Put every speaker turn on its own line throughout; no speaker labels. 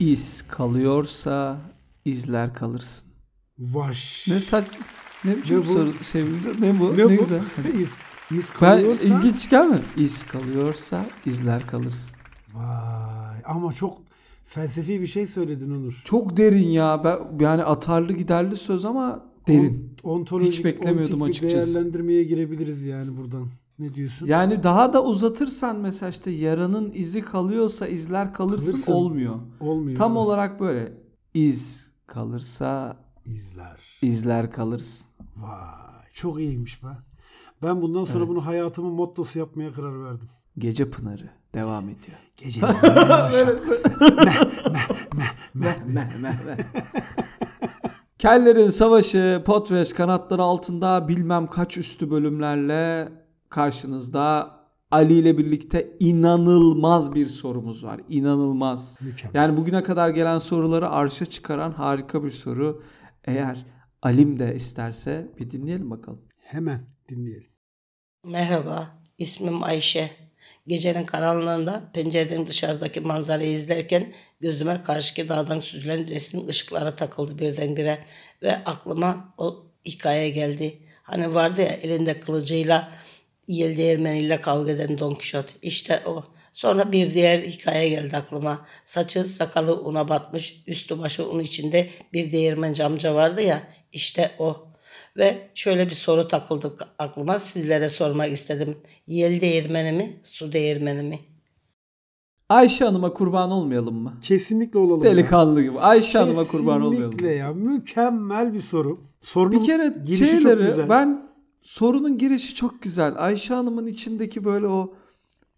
iz kalıyorsa izler kalırsın.
Vaş.
Ne saç ne biçim
Ne bu?
soru sevgili ne bu
Ne bu?
güzel.
İz, iz
Ben
kalıyorsa.
ilginç gelmiyor. İz kalıyorsa izler kalırsın.
Vay. Ama çok felsefi bir şey söyledin Onur.
Çok derin ya. Ben, yani atarlı giderli söz ama derin.
On- ontolojik,
Hiç beklemiyordum
ontik bir
açıkçası.
değerlendirmeye girebiliriz yani buradan. Ne diyorsun?
Yani daha da uzatırsan mesela işte yaranın izi kalıyorsa izler kalırsın,
Kalırsın.
olmuyor.
Olmuyor.
Tam
mu?
olarak böyle iz kalırsa
İzler.
izler kalırsın.
Vay. Çok iyiymiş be. Ben bundan sonra
Evet.
bunu hayatımın mottosu yapmaya karar verdim.
Gece pınarı devam ediyor.
Geceleri yavaş
Meh, meh, meh, meh. Kellerin Savaşı Potres kanatları altında bilmem kaç üstü bölümlerle karşınızda Ali ile birlikte inanılmaz bir sorumuz var. İnanılmaz.
Mükemmel.
Yani bugüne kadar gelen soruları arşa çıkaran harika bir soru. Eğer Alim de isterse bir dinleyelim bakalım.
Hemen dinleyelim.
Merhaba, ismim Ayşe. Gecenin karanlığında pencereden dışarıdaki manzarayı izlerken gözüme karşıki dağdan süzülen resim ışıklara takıldı birdenbire ve aklıma o hikaye geldi. Hani vardı ya elinde kılıcıyla yel değirmeniyle kavga eden Don Kişot. İşte o. Sonra bir diğer hikaye geldi aklıma. Saçı sakalı una batmış, üstü başı un içinde bir değirmenci amca vardı ya. İşte o. Ve şöyle bir soru takıldı aklıma. Sizlere sormak istedim. Yel değirmeni mi, su değirmeni mi?
Ayşe Hanım'a kurban olmayalım mı?
Kesinlikle olalım. ya.
Delikanlı gibi. Ayşe Hanım'a kurban olmayalım.
Kesinlikle ya. Mükemmel bir soru. Sorunun
Bir kere
girişi çok
şeyleri
güzel.
ben sorunun girişi çok güzel. Ayşe Hanım'ın içindeki böyle o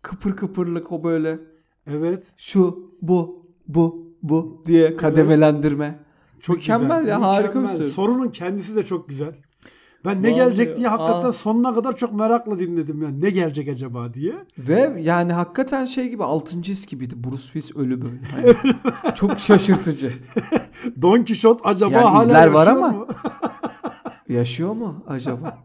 kıpır kıpırlık o böyle
Evet.
şu bu bu bu diye kademelendirme.
Çok
Mükemmel
güzel.
ya, harika bir
Mükemmel.
soru.
Sorunun kendisi de çok güzel. Ben ne
Vallahi,
gelecek diye hakikaten
aa.
sonuna kadar çok merakla dinledim yani. Ne gelecek acaba diye.
Ve yani hakikaten şey gibi 6. his gibiydi. Bruce Willis ölü böyle. Hani çok şaşırtıcı.
Don Kişot acaba
Yani
hala
izler var
yaşıyor
ama.
mu?
Yaşıyor mu acaba?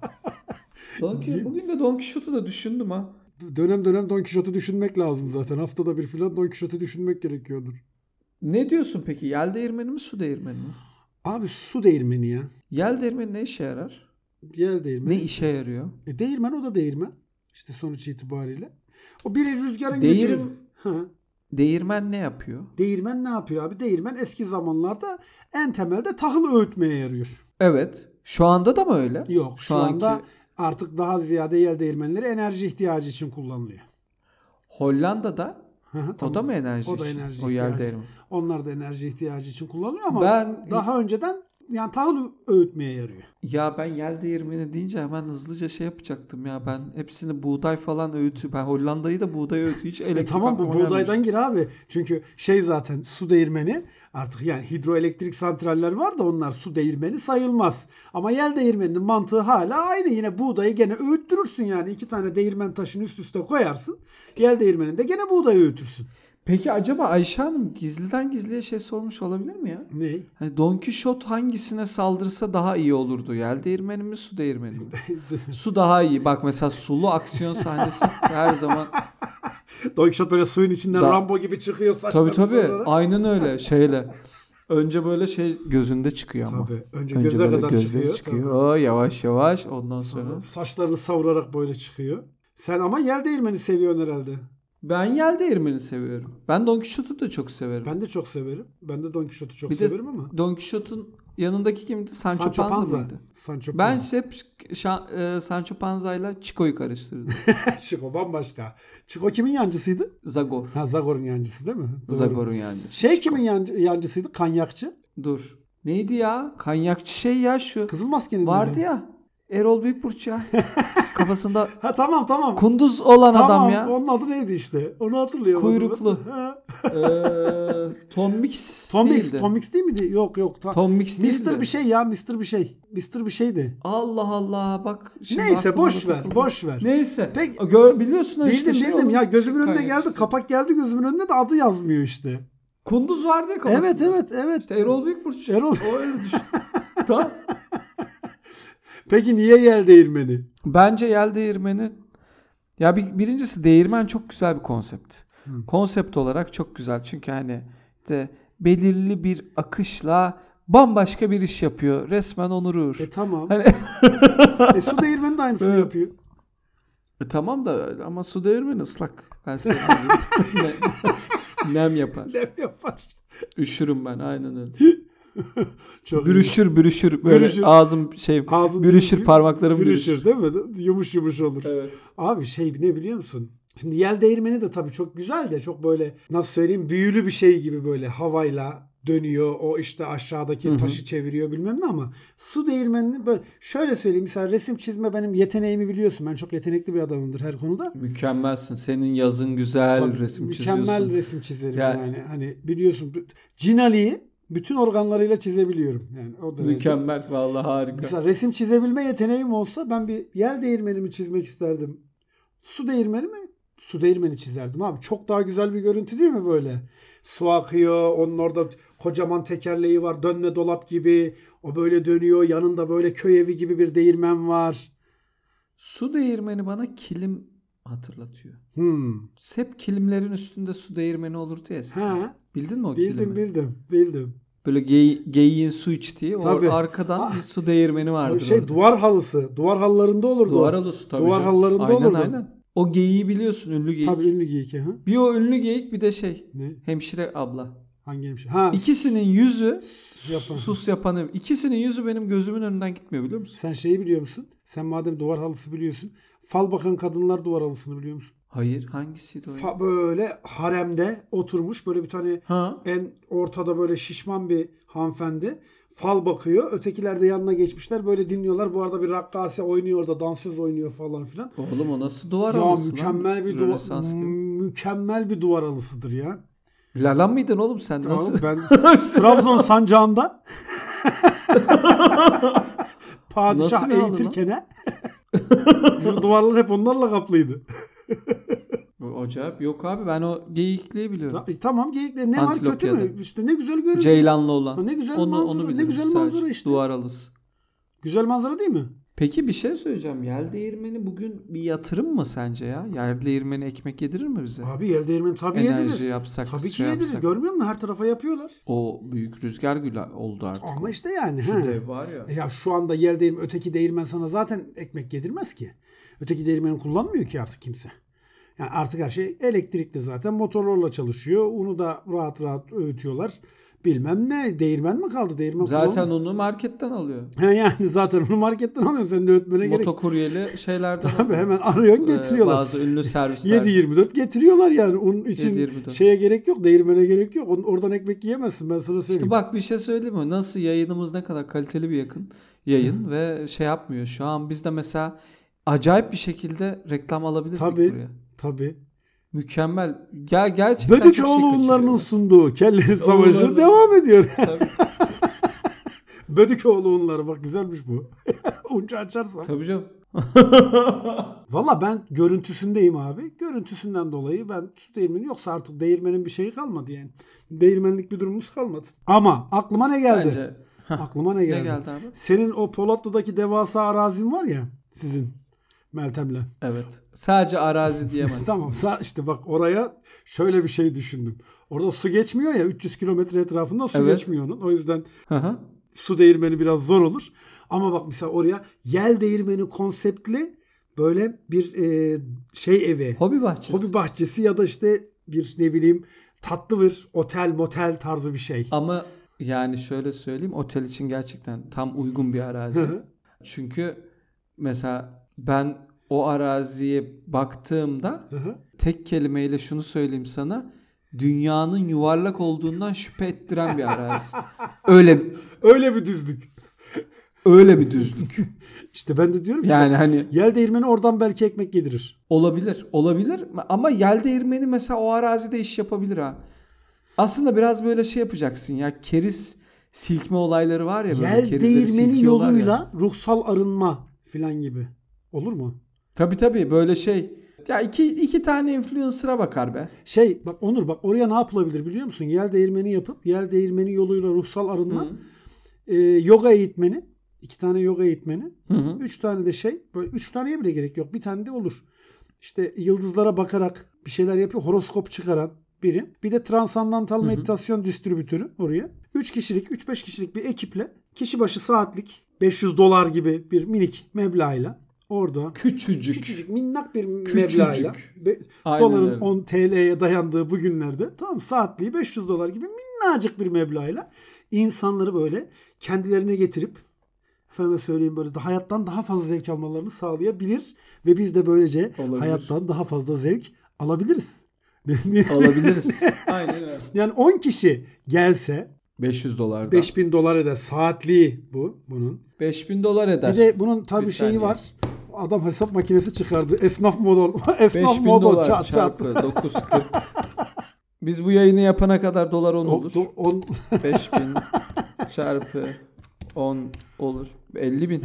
Don Ki- bugün de Don Quixote'u da düşündüm ha.
dönem dönem Don Kişot'u düşünmek lazım zaten. Haftada bir filan Don Kişot'u düşünmek gerekiyordur.
Ne diyorsun peki? Yel değirmeni mi su değirmeni mi?
Abi su değirmeni ya.
Yel değirmeni ne işe yarar?
Yel değirmeni.
Ne işe yarıyor?
E, değirmen o da değirmen. İşte sonuç itibariyle. O bir rüzgarın
Değirim-
gücü. Hı.
Değirmen ne yapıyor?
Değirmen ne yapıyor abi? Değirmen eski zamanlarda en temelde tahıl öğütmeye yarıyor.
Evet. Şu anda da mı öyle?
Yok şu,
Şu
anda
anki-
artık daha ziyade yel değirmenleri enerji ihtiyacı için kullanılıyor.
Hollanda'da
Hı hı,
o
tamam.
da mı enerji
O da
için?
enerji
o
ihtiyacı.
yer değirmeni.
Onlar da enerji ihtiyacı için kullanılıyor ama
Ben-
daha önceden yani tahıl öğütmeye yarıyor.
Ya ben yel değirmeni deyince hemen hızlıca şey yapacaktım ya ben hepsini buğday falan öğütü. Ben Hollanda'yı da buğday öğütü hiç elektrik
E tamam bu
aklıma gelmemiş.
buğdaydan gir abi. Çünkü şey zaten su değirmeni artık yani hidroelektrik santraller var da onlar su değirmeni sayılmaz. Ama yel değirmeninin mantığı hala aynı. Yine buğdayı gene öğüttürürsün yani. iki tane değirmen taşını üst üste koyarsın. Yel değirmeninde gene buğdayı öğütürsün.
Peki acaba Ayşe Hanım gizliden gizliye şey sormuş olabilir mi ya?
Ne?
Hani Don Kişot hangisine saldırsa daha iyi olurdu? Yel değirmeni mi su değirmeni mi? Su daha iyi. Bak mesela sulu aksiyon sahnesi her zaman
Don Quixote böyle suyun içinden
Da-
Rambo gibi çıkıyor saçları.
Tabii tabii.
sarılarak.
Aynen öyle şeyle. Önce böyle şey gözünde çıkıyor ama.
Tabii. Önce,
Önce
göze
böyle
kadar
gözleri
çıkıyor.
çıkıyor. Yavaş yavaş ondan
Tabii.
sonra.
Saçlarını savurarak böyle çıkıyor. Sen ama yel değirmeni seviyorsun herhalde.
Ben Yel Değirmeni seviyorum. Ben Don Quixote'u da çok severim.
Ben de çok severim. Ben de Don Quixote'u çok
Bir de
severim ama.
Don Quixote'un yanındaki kimdi? Sancho,
Sancho
Panza,
Panza.
mıydı?
Sancho
Ben
Panza.
hep şa- e, Sancho Panza'yla Chico'yu karıştırdım.
Chico bambaşka. Chico kimin yancısıydı?
Zagor.
Ha Zagor'un yancısı değil mi? Doğru.
Zagor'un yancısı.
Şey kimin yancı, yancısıydı? Kanyakçı.
Dur. Neydi ya? Kanyakçı şey ya şu.
Kızıl Maske'nin
Vardı
miydi?
ya. Erol Büyükburç ya. Kafasında
Ha tamam tamam.
kunduz olan adam
tamam
ya.
onun adı neydi işte? Onu hatırlıyorum.
Kuyruklu.
Ha.
Eee, Tom Mix
Tom Mix.
değildi.
Tom Mix değil miydi? Yok yok. Ta-
Tom Mix değildi.
Mr. bir şey ya Mr. bir şey. Mr. bir şeydi.
Allah Allah bak. şimdi
Neyse
aklıma
boş
da
ver.
takıldı.
Boş ver.
Neyse.
Peki-
Gö- biliyorsun ha işte
Bildim
şey
bildim
oldu.
ya gözümün önüne
Kaynak
geldi.
işte.
Kapak geldi gözümün önüne de adı yazmıyor işte.
Kunduz vardı ya kafasında.
Evet evet evet.
İşte Erol Büyükburç.
Erol.
O öyle düşün. tamam.
Peki niye yel değirmeni?
Bence yel değirmeni ya bir, birincisi değirmen çok güzel bir konsept.
Hı.
Konsept olarak çok güzel. Çünkü hani işte belirli bir akışla bambaşka bir iş yapıyor. Resmen Onur Uğur.
E tamam.
Hani-
E, su değirmeni de aynısını
Evet.
yapıyor.
E tamam da ama su değirmeni ıslak. Ben size söyleyeyim. Nem- Nem yapar.
Ne yapar?
Üşürüm ben aynen öyle.
Çok iyi.
Bürüşür bürüşür böyle
Bürüşür.
ağzım şey
Ağzın
bürüşür
bir-
parmaklarım bürüşür.
Bürüşür değil mi? Yumuş yumuş olur.
Evet.
Abi şey ne biliyor musun? Şimdi yel değirmeni de tabii çok güzel de çok böyle nasıl söyleyeyim büyülü bir şey gibi böyle havayla dönüyor. O işte aşağıdaki
Hı hı.
taşı çeviriyor bilmem ne ama su değirmenini böyle şöyle söyleyeyim mesela resim çizme benim yeteneğimi biliyorsun. Ben çok yetenekli bir adamımdır her konuda.
Mükemmelsin. Senin yazın güzel,
Tabii,
resim
mükemmel
çiziyorsun.
resim çizerim
Yani-
yani. Hani biliyorsun Cinali'yi bütün organlarıyla çizebiliyorum. Yani o derece.
Mükemmel vallahi harika.
Mesela resim çizebilme yeteneğim olsa ben bir yel değirmenimi çizmek isterdim. Su değirmeni mi? Su değirmeni çizerdim abi. Çok daha güzel bir görüntü değil mi böyle? Su akıyor, onun orada kocaman tekerleği var, dönme dolap gibi. O böyle dönüyor, yanında böyle köy evi gibi bir değirmen var.
Su değirmeni bana kilim hatırlatıyor.
Hmm.
Hep kilimlerin üstünde su değirmeni olurdu ya. eskiden.
Ha,
Bildin mi o kilimi?
bildim bildim, bildim.
Böyle gey, geyiğin su içtiği
Tabii.
o arkadan
Ah.
bir su değirmeni vardı.
O şey duvar halısı, duvar halılarında olurdu.
Duvar halısı tabii.
Duvar
canım.
halılarında
aynen,
olurdu.
Aynen O geyiği biliyorsun ünlü geyik.
Tabii ünlü geyiki. Ha?
Bir o ünlü geyik bir de şey
Ne?
hemşire abla.
Hangi hemşire? Ha,
İkisinin yüzü
Yapan.
sus yapanı. İkisinin yüzü benim gözümün önünden gitmiyor biliyor musun?
Sen şeyi biliyor musun? Sen madem duvar halısı biliyorsun. Fal bakan kadınlar duvar halısını biliyor musun?
Hayır hangisiydi o? ya?
Fa- böyle haremde oturmuş böyle bir tane
ha?
en ortada böyle şişman bir hanımefendi. Fal bakıyor. Ötekiler de yanına geçmişler. Böyle dinliyorlar. Bu arada bir rakkase oynuyor orada. Dansöz oynuyor falan filan.
Oğlum o nasıl duvar
ya
halısı lan?
mükemmel bir duvar Hmm.
Rönesans gibi.
mükemmel bir duvar halısıdır ya.
Lalan mıydın oğlum sen?
Tamam
Nasıl?
ben Trabzon sancağında padişah
Nasıl bir halı lan?
eğitirken bizim duvarlar hep onlarla kaplıydı.
Bu Acayip. Yok abi ben o geyikliği biliyorum.
Ta- e, tamam geyikle ne var
Antilop
kötü
ya
mü?
da.
İşte ne güzel görünüyor.
Ceylanlı
Ha,
olan.
ne güzel
onu,
manzara,
onu
ne
bilirim
güzel
sadece.
manzara işte.
Duvar halısı.
Güzel manzara değil mi?
Peki bir şey söyleyeceğim. Yel değirmeni bugün bir yatırım mı sence ya? Yel değirmeni ekmek yedirir mi bize?
Abi yel değirmeni tabii
Enerji
yedirir.
yapsak.
Tabii ki
şey
yedirir.
yapsak.
Görmüyor musun? Her tarafa yapıyorlar.
O büyük rüzgar gülü oldu artık.
Ama işte yani.
Şu
ha.
dev var ya.
Ya şu anda yel değirmen, öteki değirmen sana zaten ekmek yedirmez ki. Öteki değirmeni kullanmıyor ki artık kimse. Yani artık her şey elektrikli zaten. Motorlarla çalışıyor. Unu da rahat rahat öğütüyorlar. Bilmem ne. Değirmen mi kaldı? Değirmen
Zaten
kullanmıyor.
onu marketten alıyor.
He yani zaten onu marketten alıyorsun. Sen de öğütmene gerek.
Motokuryeli şeylerden
Tabii
alıyor.
hemen arıyorsun
Ee,
getiriyorlar.
Bazı ünlü servisler.
7-24 getiriyorlar yani. Onun için
7-24.
şeye gerek yok. Değirmene gerek yok. Onun- Oradan ekmek yiyemezsin ben sana söyleyeyim.
İşte bak bir şey söyleyeyim mi? Nasıl yayınımız ne kadar kaliteli bir yakın yayın ve şey yapmıyor. Şu an biz de mesela acayip bir şekilde reklam alabilirdik
Tabii.
buraya.
Tabii.
Mükemmel. Ya gerçekten çok şey
Bödükoğlu'nların
kaçırıyorlar.
sunduğu Kelleri Savaşı
Oğullarının-
devam ediyor.
Tabii.
Bödükoğlu'nları bak güzelmiş bu. Uncu açarsan.
Tabii canım.
Valla ben görüntüsündeyim abi. Görüntüsünden dolayı ben su değirmeni yoksa artık değirmenin bir şeyi kalmadı yani. Değirmenlik bir durumumuz kalmadı. Ama aklıma ne geldi?
Bence. Hah,
Aklıma ne
ne
geldi?
geldi abi?
Senin o Polatlı'daki devasa arazin var ya sizin Meltem'le.
Evet. Sadece arazi diyemezsin.
Tamam sa- işte bak oraya şöyle bir şey düşündüm. Orada su geçmiyor ya 300 kilometre etrafında su
Evet.
geçmiyor onun. O yüzden
Hı hı.
su değirmeni biraz zor olur. Ama bak mesela oraya yel değirmeni konseptli böyle bir e, şey evi.
Hobi bahçesi.
Hobi bahçesi ya da işte bir ne bileyim tatlı bir otel motel tarzı bir şey.
Ama yani şöyle söyleyeyim otel için gerçekten tam uygun bir
Hı
arazi.
hı.
Çünkü mesela ben o araziye baktığımda
Hı hı.
tek kelimeyle şunu söyleyeyim sana. Dünyanın yuvarlak olduğundan şüphe ettiren bir arazi. Öyle
Öyle bir düzlük.
öyle bir düzlük.
İşte ben de diyorum ki
Yani hani
yel değirmeni oradan belki ekmek yedirir.
olabilir, olabilir ama yel değirmeni mesela o arazide iş yapabilir ha. Aslında biraz böyle şey yapacaksın ya keriz silkme olayları var ya böyle
Yel
kerizleri
değirmeni
silkiyorlar ya.
yoluyla ruhsal arınma filan gibi. Olur mu?
Tabii tabii böyle şey. Ya iki, iki tane influencer'a bakar be.
Şey bak Onur bak oraya ne yapılabilir biliyor musun? Yel değirmeni yapıp yel değirmeni yoluyla ruhsal arınma
Hı.
e, yoga eğitmeni. iki tane yoga eğitmeni.
Hı hı.
Üç tane de şey. Böyle üç taneye bile gerek yok. Bir tane de olur. İşte yıldızlara bakarak bir şeyler yapıyor. Horoskop çıkaran. birim. Bir de transandantal meditasyon distribütörü oraya. 3 kişilik, 3-5 kişilik bir ekiple kişi başı saatlik 500 dolar gibi bir minik meblağıyla orada
Küçücük.
küçücük minnak bir
Küçücük.
meblağıyla be-
Aynen
doların
öyle.
10 TL'ye dayandığı bu günlerde tamam saatliği 500 dolar gibi minnacık bir meblağıyla insanları böyle kendilerine getirip efendime söyleyeyim böyle de hayattan daha fazla zevk almalarını sağlayabilir ve biz de böylece
Olabilir.
hayattan daha fazla zevk alabiliriz.
Alabiliriz. Aynen öyle.
yani 10 kişi gelse
500 dolardan.
5000 dolar eder saatliği bu bunun.
5000 dolar eder.
Bir de bunun tabii
Bir
şeyi
saniye.
var. Adam hesap makinesi çıkardı. Esnaf model. Esnaf
5000
model
dolar
çat çat.
çarpı 940. Biz bu yayını yapana kadar dolar 10
O-
olur.
do- on-
5000 çarpı 10 olur. 50 bin.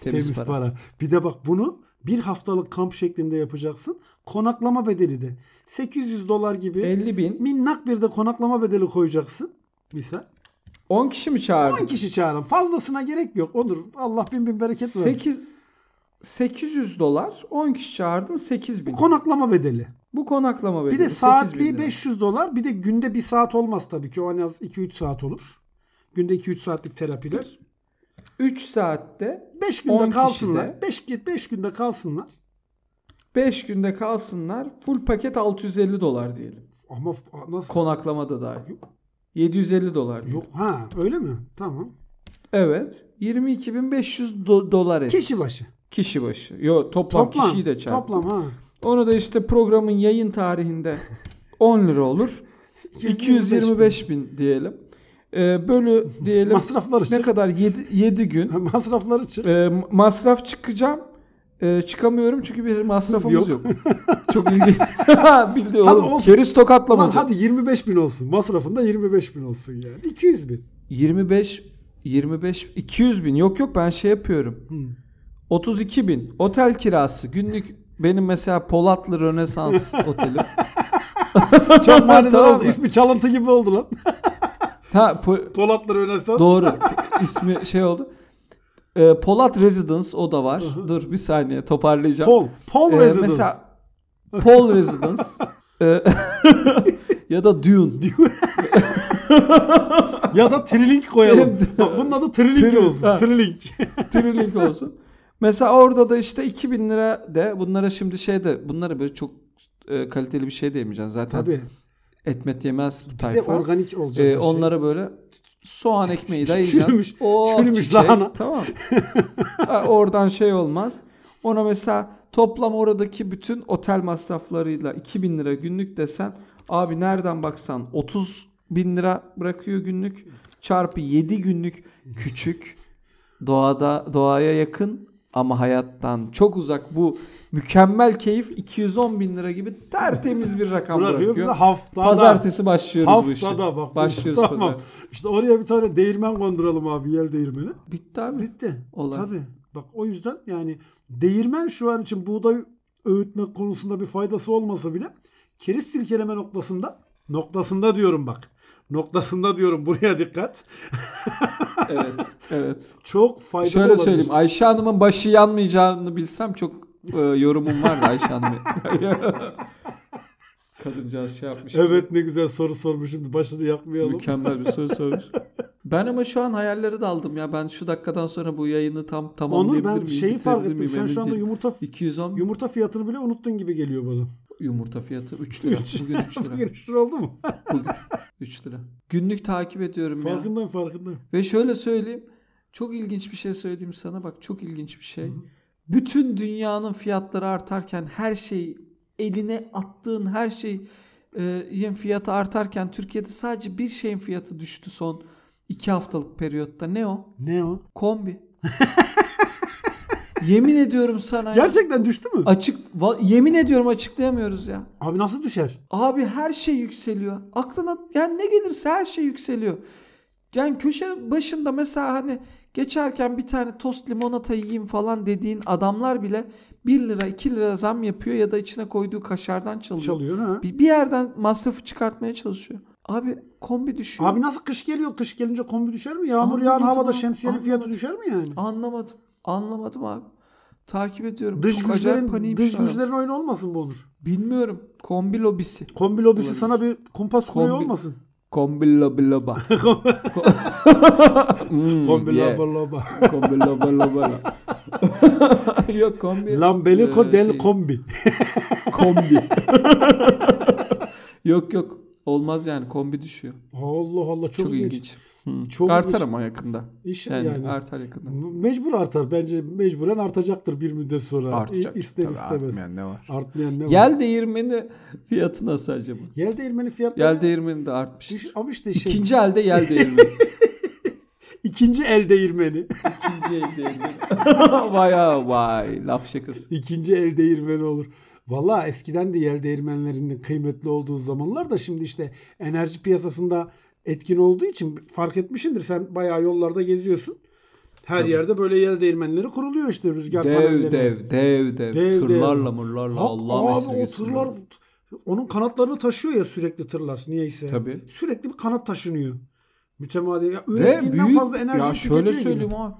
Temiz,
temiz
para.
para. Bir de bak bunu bir haftalık kamp şeklinde yapacaksın. Konaklama bedeli de 800 dolar gibi
50 bin.
minnak bir de konaklama bedeli koyacaksın. Misal.
10 kişi mi
10
çağırdın?
kişi çağırın. Fazlasına gerek yok. Olur. Allah bin bin bereket versin.
8 800 dolar 10 kişi çağırdın 8 bin.
Konaklama bedeli.
Bu konaklama bedeli
Bir de
8 bin
saatliği
lira.
500 dolar. Bir de günde 1 saat olmaz tabii ki. O en az 2-3 saat olur. Günde 2-3 saatlik terapiler.
3 saatte
5
On
günde
kişi
kalsınlar.
de.
5 5 günde kalsınlar.
5 günde kalsınlar full paket 650 dolar diyelim.
Ama f- nasıl?
Konaklama da dahil. 750 dolar. diyelim.
Yok ha öyle mi? Tamam.
Evet. 22.500 do- dolar et.
Kişi başı.
Kişi başı. Yo toplam,
Toplam.
kişiyi de çarp.
Toplam ha.
Onu da işte programın yayın tarihinde 10 lira olur. 225 bin diyelim. Ee, bölü diyelim
Masrafları
ne
çık.
kadar 7, 7 gün.
Masrafları çık.
Ee, masraf çıkacağım. Ee, çıkamıyorum çünkü bir masrafımız yok.
Yok.
Çok ilginç. Bildi
Hadi
oğlum.
olsun.
Keriz
Ulan
tokatlamaca.
hadi 25 bin olsun. Masrafında 25 bin olsun yani. 200 bin.
25 25 200 bin. Yok yok ben şey yapıyorum.
Hı.
32 bin. Otel kirası. Günlük benim mesela Polatlı Rönesans oteli.
Çok manidar
Tamam
oldu.
mı?
İsmi çalıntı gibi oldu lan.
Ha, po-
Polatlar Rönesans.
doğru. İsmi şey oldu. Ee, Polat Residence o da var. Dur bir saniye toparlayacağım.
Pol. Pol
Ee,
Residence.
Mesela Paul Residence Ee, ya da Dune.
Ya da Trilink koyalım.
Benim-
Bak bunun adı Trilink
Trilink,
olsun.
ha.
Trilink.
Trilink olsun. Mesela orada da işte 2000 lira de bunlara şimdi şey de bunlara böyle çok e, kaliteli bir şey de yemeyeceksin zaten.
Tabii.
Etmet yemez bu
Bir de
tayfa.
organik olacak.
Ee,
her şey.
onlara böyle soğan ekmeği de
Çürümüş-
yiyeceksin. Oh,
çürümüş
çiçek,
lahana.
Tamam. Ha, Oradan şey olmaz. Ona mesela toplam oradaki bütün otel masraflarıyla 2000 lira günlük desen abi nereden baksan 30 bin lira bırakıyor günlük çarpı 7 günlük küçük doğada doğaya yakın ama hayattan çok uzak bu mükemmel keyif 210 bin lira gibi tertemiz bir rakam
bırakıyor. Bize
bırakıyor.
haftada.
Pazartesi başlıyoruz bu işe.
Haftada bak.
Başlıyoruz
tamam.
pazartesi.
İşte oraya bir tane değirmen konduralım abi. Yel değirmeni.
Bitti abi.
Bitti.
Olay.
Tabii. Bak o yüzden yani değirmen şu an için buğday öğütmek konusunda bir faydası olmasa bile keriz silkeleme noktasında noktasında diyorum bak. Noktasında diyorum buraya dikkat.
Evet. Evet.
Çok faydalı
Şöyle
olabilir.
söyleyeyim. Ayşe Hanım'ın başı yanmayacağını bilsem çok e, yorumum vardı Ayşe Hanım'a. Kadıncağız şey yapmış.
Evet ne güzel soru sormuşum. Başını yakmayalım.
Mükemmel bir söz söylemiş. Ben ama şu an hayallere daldım ya. Ben şu dakikadan sonra bu yayını tam
Onu
tamamlayabilir
ben
miyim?
şeyi fark
bitirebilir
ettim.
miyim
Sen
emin
şu anda
değilim.
yumurta
210
yumurta fiyatını bile unuttun gibi geliyor bana.
yumurta fiyatı 3 lira.
Üç.
Bugün 3
Bugün
lira.
üç lira oldu mu?
Bugün 3 lira. Günlük takip ediyorum ya.
Farkındayım farkındayım.
Ve şöyle söyleyeyim. Çok ilginç bir şey söyleyeyim sana. Bak çok ilginç bir şey.
Hı.
Bütün dünyanın fiyatları artarken her şey eline attığın her şey e, yin fiyatı artarken Türkiye'de sadece bir şeyin fiyatı düştü son iki haftalık periyotta. Ne o?
Ne o?
Kombi. yemin ediyorum sana. ya.
Gerçekten düştü mü?
Açık, va- yemin ediyorum açıklayamıyoruz ya.
Abi nasıl düşer?
Abi her şey yükseliyor. Aklına yani ne gelirse her şey yükseliyor. Yani köşe başında mesela hani geçerken bir tane tost limonata yiyeyim falan dediğin adamlar bile 1 lira 2 lira zam yapıyor ya da içine koyduğu kaşardan çalıyor.
Çalıyor ha.
Bir, bir yerden masrafı çıkartmaya çalışıyor. Abi kombi düşüyor.
Abi nasıl kış geliyor? Kış gelince kombi düşer mi? Yağmur
Anlamadım
yağan havada
abi,
şemsiyenin
anlamadım.
fiyatı düşer mi yani?
Anlamadım. Anlamadım abi. Takip ediyorum.
Dış
Çok acayip şey
güçlerin
paniğim
dış
şu an.
güçlerin oyunu olmasın bu Onur?
Bilmiyorum. Kombi lobisi.
Kombi lobisi
Olabilir.
sana bir kumpas kuruyor
Kombi-
olmasın.
Kombi lobi loba. Hmm,
Kombi
yeah.
laba laba.
Kombi loba loba lo. Yok kombi.
Lambelico
Ee,
del
şey,
kombi.
kombi. yok yok. Olmaz yani kombi düşüyor.
Allah Allah çok,
Çok,
ilginç.
ilginç. Hı.
Çok
artar
ilginç.
ama yakında.
İş
Yani,
yani,
artar yakında.
mecbur artar. Bence mecburen artacaktır bir müddet sonra.
Artacak.
İ- İster
Tabii
istemez. Artmayan,
Artmayan ne var?
ne var?
Yel değirmeni fiyatı nasıl acaba?
Yel değirmeni fiyatları
Yel değirmeni de artmış.
düş- ama işte şey ikinci,
İkinci elde yel değirmeni.
el değirmeni.
İkinci el değirmeni. vay ha, vay. Laf şakası.
ikinci el değirmeni olur. Valla eskiden de yel değirmenlerinin kıymetli olduğu zamanlar da şimdi işte enerji piyasasında etkin olduğu için fark etmişsindir. Sen bayağı yollarda geziyorsun. Her
Tabii.
yerde böyle yel değirmenleri kuruluyor işte rüzgar
Dev
panelleri.
dev dev dev.
Dev,
Tırlarla
dev.
mırlarla
Hak,
Allah'ım
abi o tırlar onun kanatlarını taşıyor ya sürekli tırlar niyeyse.
Tabii.
Sürekli bir kanat taşınıyor. Mütemadi. Ya
Ve
ürettiğinden
büyük
fazla enerji
ya şöyle
tüketiyor gibi.
söyleyeyim ama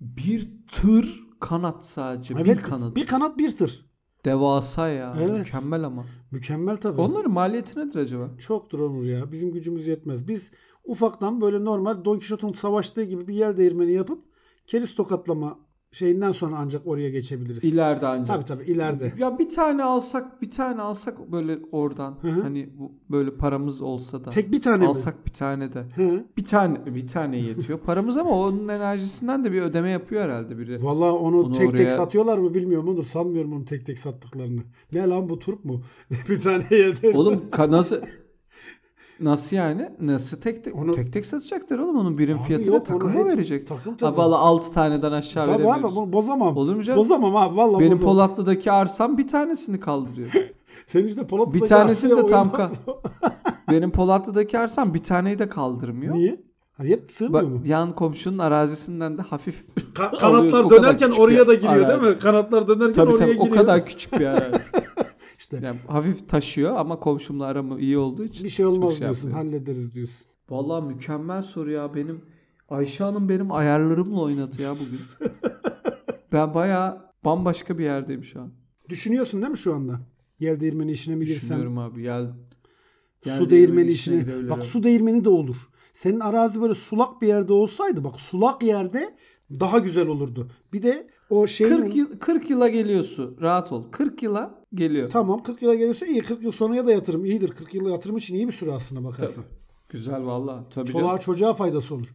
bir tır kanat sadece
Evet,
bir kanat.
Bir kanat bir tır.
Devasa ya.
Evet.
Mükemmel ama.
Mükemmel tabii.
Onların maliyeti nedir acaba?
Çoktur Onur ya. Bizim gücümüz yetmez. Biz ufaktan böyle normal Don Quixote'un savaştığı gibi bir yel değirmeni yapıp keriz tokatlama şeyinden sonra ancak oraya geçebiliriz.
İleride ancak.
Tabii tabii ileride.
Ya bir tane alsak, bir tane alsak böyle oradan.
Hı hı.
Hani bu böyle paramız olsa da.
Tek bir tane mi?
alsak bir tane de.
Hı.
Bir tane bir tane yetiyor paramız ama onun enerjisinden de bir ödeme yapıyor herhalde biri.
Vallahi onu,
Onu
tek tek
oraya-
satıyorlar mı bilmiyorum Onur. Sanmıyorum onu tek tek sattıklarını. Ne lan bu turp mu? bir tane yel değirmeni.
Oğlum ka- nasıl nasıl yani? Nasıl tek tek
Onu-
tek tek satacaklar oğlum onun birim
Abi
fiyatı
yok,
da takım
onu
mı
hep-
verecek?
Takım tabii.
Ha valla 6 taneden aşağı
Tabii abi
veremiyoruz.
bunu bozamam.
Olur mu canım?
Bozamam abi vallahi
Benim
bozamam.
Polatlı'daki arsam bir tanesini kaldırıyor.
Senin işte Polat
Bir tanesini de tam Benim Polatlı'daki arsam bir taneyi de kaldırmıyor.
Niye? Ha, yet sığmıyor
Bak,
mu?
yan komşunun arazisinden de hafif
Ka-
alıyoruz, o
kanatlar
kadar
dönerken
küçük
oraya
bir
da giriyor
arazi.
değil mi? Kanatlar dönerken
tabii
oraya
tabii
giriyor.
o kadar küçük bir arazi.
İşte
Yani hafif taşıyor ama komşumla aramı iyi olduğu için.
bir şey olmaz
çok şey
diyorsun.
yapmıyorum.
hallederiz diyorsun.
Vallahi mükemmel soru ya benim. Ayşe Hanım benim ayarlarımla oynadı ya bugün. ben bayağı bambaşka bir yerdeyim şu an.
Düşünüyorsun değil mi şu anda? Yel değirmeni işine mi girsen?
Düşünüyorum abi. Gel, Gel değirmeni
Su değirmeni
işine
işine.
girebilirim.
Bak su değirmeni de olur. Senin arazi böyle sulak bir yerde olsaydı bak sulak yerde daha güzel olurdu. Bir de o şey
40, yıl, 40 yıla geliyorsun. Rahat ol. 40 yıla geliyor.
Tamam 40 yıla geliyorsa iyi. 40 yıl sonraya da yatırım iyidir. 40 yıl yatırım için iyi bir süre aslına bakarsan.
Güzel valla. Tabii
Çoluğa
canım.
çocuğa faydası olur.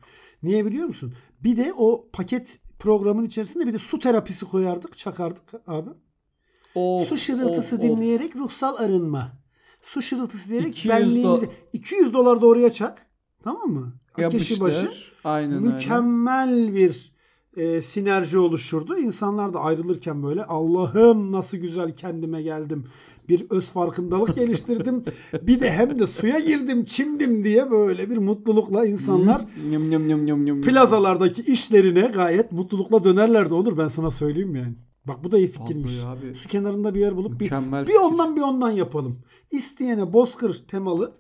Niye biliyor musun? Bir de o paket programın içerisinde bir de su terapisi koyardık, çakardık abi.
Of,
su şırıltısı
of, of.
dinleyerek ruhsal arınma. Su şırıltısı diyerek
200 do-
benliğimizi 200 dolar da oraya çak. Tamam mı? Kişi
Yapmışlar.
başı.
Aynen öyle.
Mükemmel bir e, sinerji oluşurdu. İnsanlar da ayrılırken böyle Allah'ım nasıl güzel kendime geldim. Bir öz farkındalık geliştirdim. bir de hem de suya girdim, çimdim diye böyle bir mutlulukla insanlar
Hı, nyam, nyam, nyam, nyam, nyam.
plazalardaki işlerine gayet mutlulukla dönerlerdi Onur ben sana söyleyeyim yani. Bak bu da iyi fikirmiş.
Vallahi abi.
Su kenarında bir yer bulup bir,
Mükemmel
bir
fikir.
ondan bir ondan yapalım. İsteyene bozkır temalı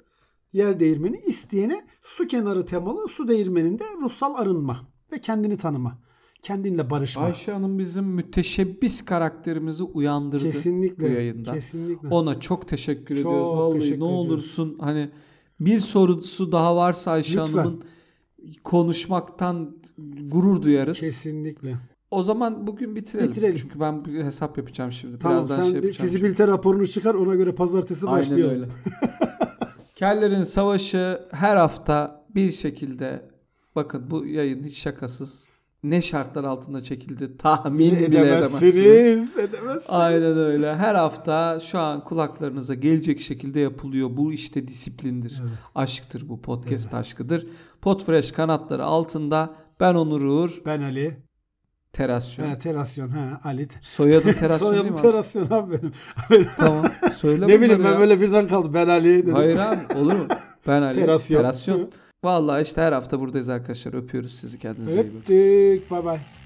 yel değirmeni, isteyene su kenarı temalı su değirmeninde ruhsal arınma ve kendini tanıma. Kendinle barışma.
Ayşe Hanım bizim müteşebbis karakterimizi uyandırdı bu
kesinlikle.
yayında.
Kesinlikle.
Ona çok teşekkür
Çok
ediyoruz. Vallahi
teşekkür
ne
ediyoruz.
olursun hani bir sorusu daha varsa Ayşe
Lütfen.
Hanım'ın konuşmaktan gurur duyarız.
Kesinlikle.
O zaman bugün bitirelim.
Bitirelim.
Çünkü ben bir hesap yapacağım şimdi.
Tamam
Birazdan
sen
şey
bir
yapacağım.
fizibilite raporunu çıkar ona göre pazartesi
Aynen
başlıyor.
öyle. Kellerin Savaşı her hafta bir şekilde bakın bu yayın hiç şakasız. Ne şartlar altında çekildi tahmin bile edemezsiniz.
Edemezsiniz. Edemezsiniz.
Aynen öyle. Her hafta şu an kulaklarınıza gelecek şekilde yapılıyor. Bu işte disiplindir.
Evet.
Aşktır bu. Podcast aşkıdır. Potfresh kanatları altında ben Onur Uğur
Ben Ali.
Terasyon.
Ha, terasyon. Ha, Ali.
Soyadı Terasyon değil
Soyadım
mi abi?
terasyon abi benim. Benim-
Tamam. Söyle
ne bileyim
bunları
ben
ya.
böyle birden kaldım. Ben Ali dedim.
Hayır abi olur mu? Ben Ali.
Terasyon.
Terasyon. Vallahi işte her hafta buradayız arkadaşlar. Öpüyoruz sizi. Kendinize iyi bakın.
Öptük. Bay bay.